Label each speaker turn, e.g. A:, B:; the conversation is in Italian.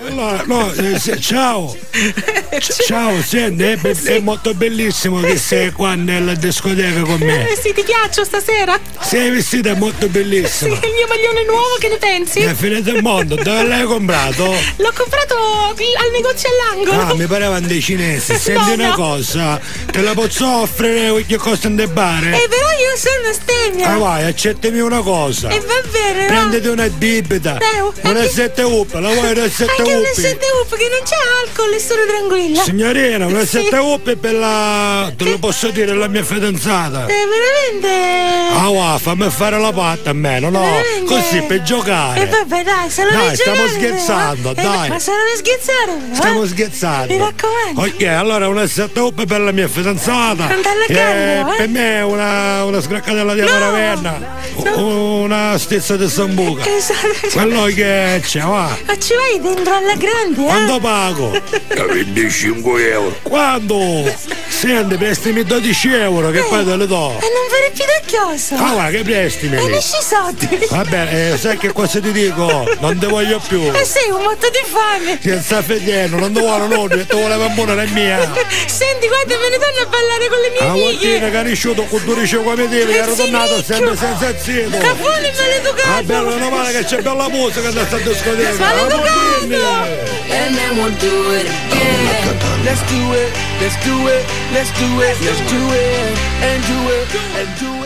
A: Allora, no, eh, se- ciao, ciao, senti, è, be- è molto bellissimo che sei qua nella discoteca con me.
B: Eh, sì, ti ghiaccio stasera? Sì,
A: Sei vestita molto bellissima.
B: il mio maglione nuovo, che ne pensi?
A: È fine del mondo, dove l'hai comprato?
B: L'ho comprato al negozio all'angolo.
A: Ah, mi parevano dei cinesi. Senti
B: No,
A: una
B: no.
A: cosa, te la posso offrire qualche cosa in debare?
B: Eh, però io sono
A: Ah,
B: stemia.
A: vai, accettami una cosa.
B: E va bene, va.
A: Prenditi una bibita,
B: Eh,
A: una
B: anche-
A: 7 up, la vuoi una 7
B: Anche un
A: up?
B: sette up che non c'è alcol e sono tranquilla.
A: Signorina, una
B: Sì.
A: 7 up è per la... te lo posso dire, è la mia fidanzata.
B: Eh, veramente.
A: Ah va, fammi fare la patta a me, no? no,
B: veramente.
A: Così per giocare.
B: Eh, vabbè, dai, sono
A: Ah, Dai,
B: regionale,
A: stiamo
B: però,
A: scherzando,
B: eh.
A: dai.
B: Ma sono da scherzare, però, eh.
A: Stiamo scherzando.
B: Mi raccomando.
A: Ok, allora una setup per la mia fidanzata.
B: Andalla
A: E
B: calmo, eh.
A: Per me è una, una scraccatella di
B: No,
A: Ravenna.
B: no.
A: Una stessa di Sambuca.
B: Eh, sono-
A: Quello che c'è, va.
B: Ma ci vai dentro alla grande, eh?
A: Quando pago?
C: 25 euro.
A: Quando? Senti, prestimi 12 euro che poi te le do.
B: E non fare più da chioso.
A: Ah va, che prestimi?
B: E ne ci sotti.
A: Vabbè, eh, sai che cosa ti dico? Non ti voglio più.
B: E Eh, sei un motto di fame.
A: Senza fedeno, non ti vuole l'ordine, ti vuole bambona, è mia.
B: Senti, guarda, me ne torno a ballare con le mie
A: La
B: amiche.
A: mattina Ah, che ha cresciuto con 12 come te, che ero tornato sempre senza zitto.
B: Capone
A: Ah,
B: maleducato.
A: bello, meno male che c'è Ah, bella musica da sta discoteca.
B: Maleducato.
D: And then we'll do it again.
E: Let's do it, let's do it, let's do it, let's do it, and do it, and do it.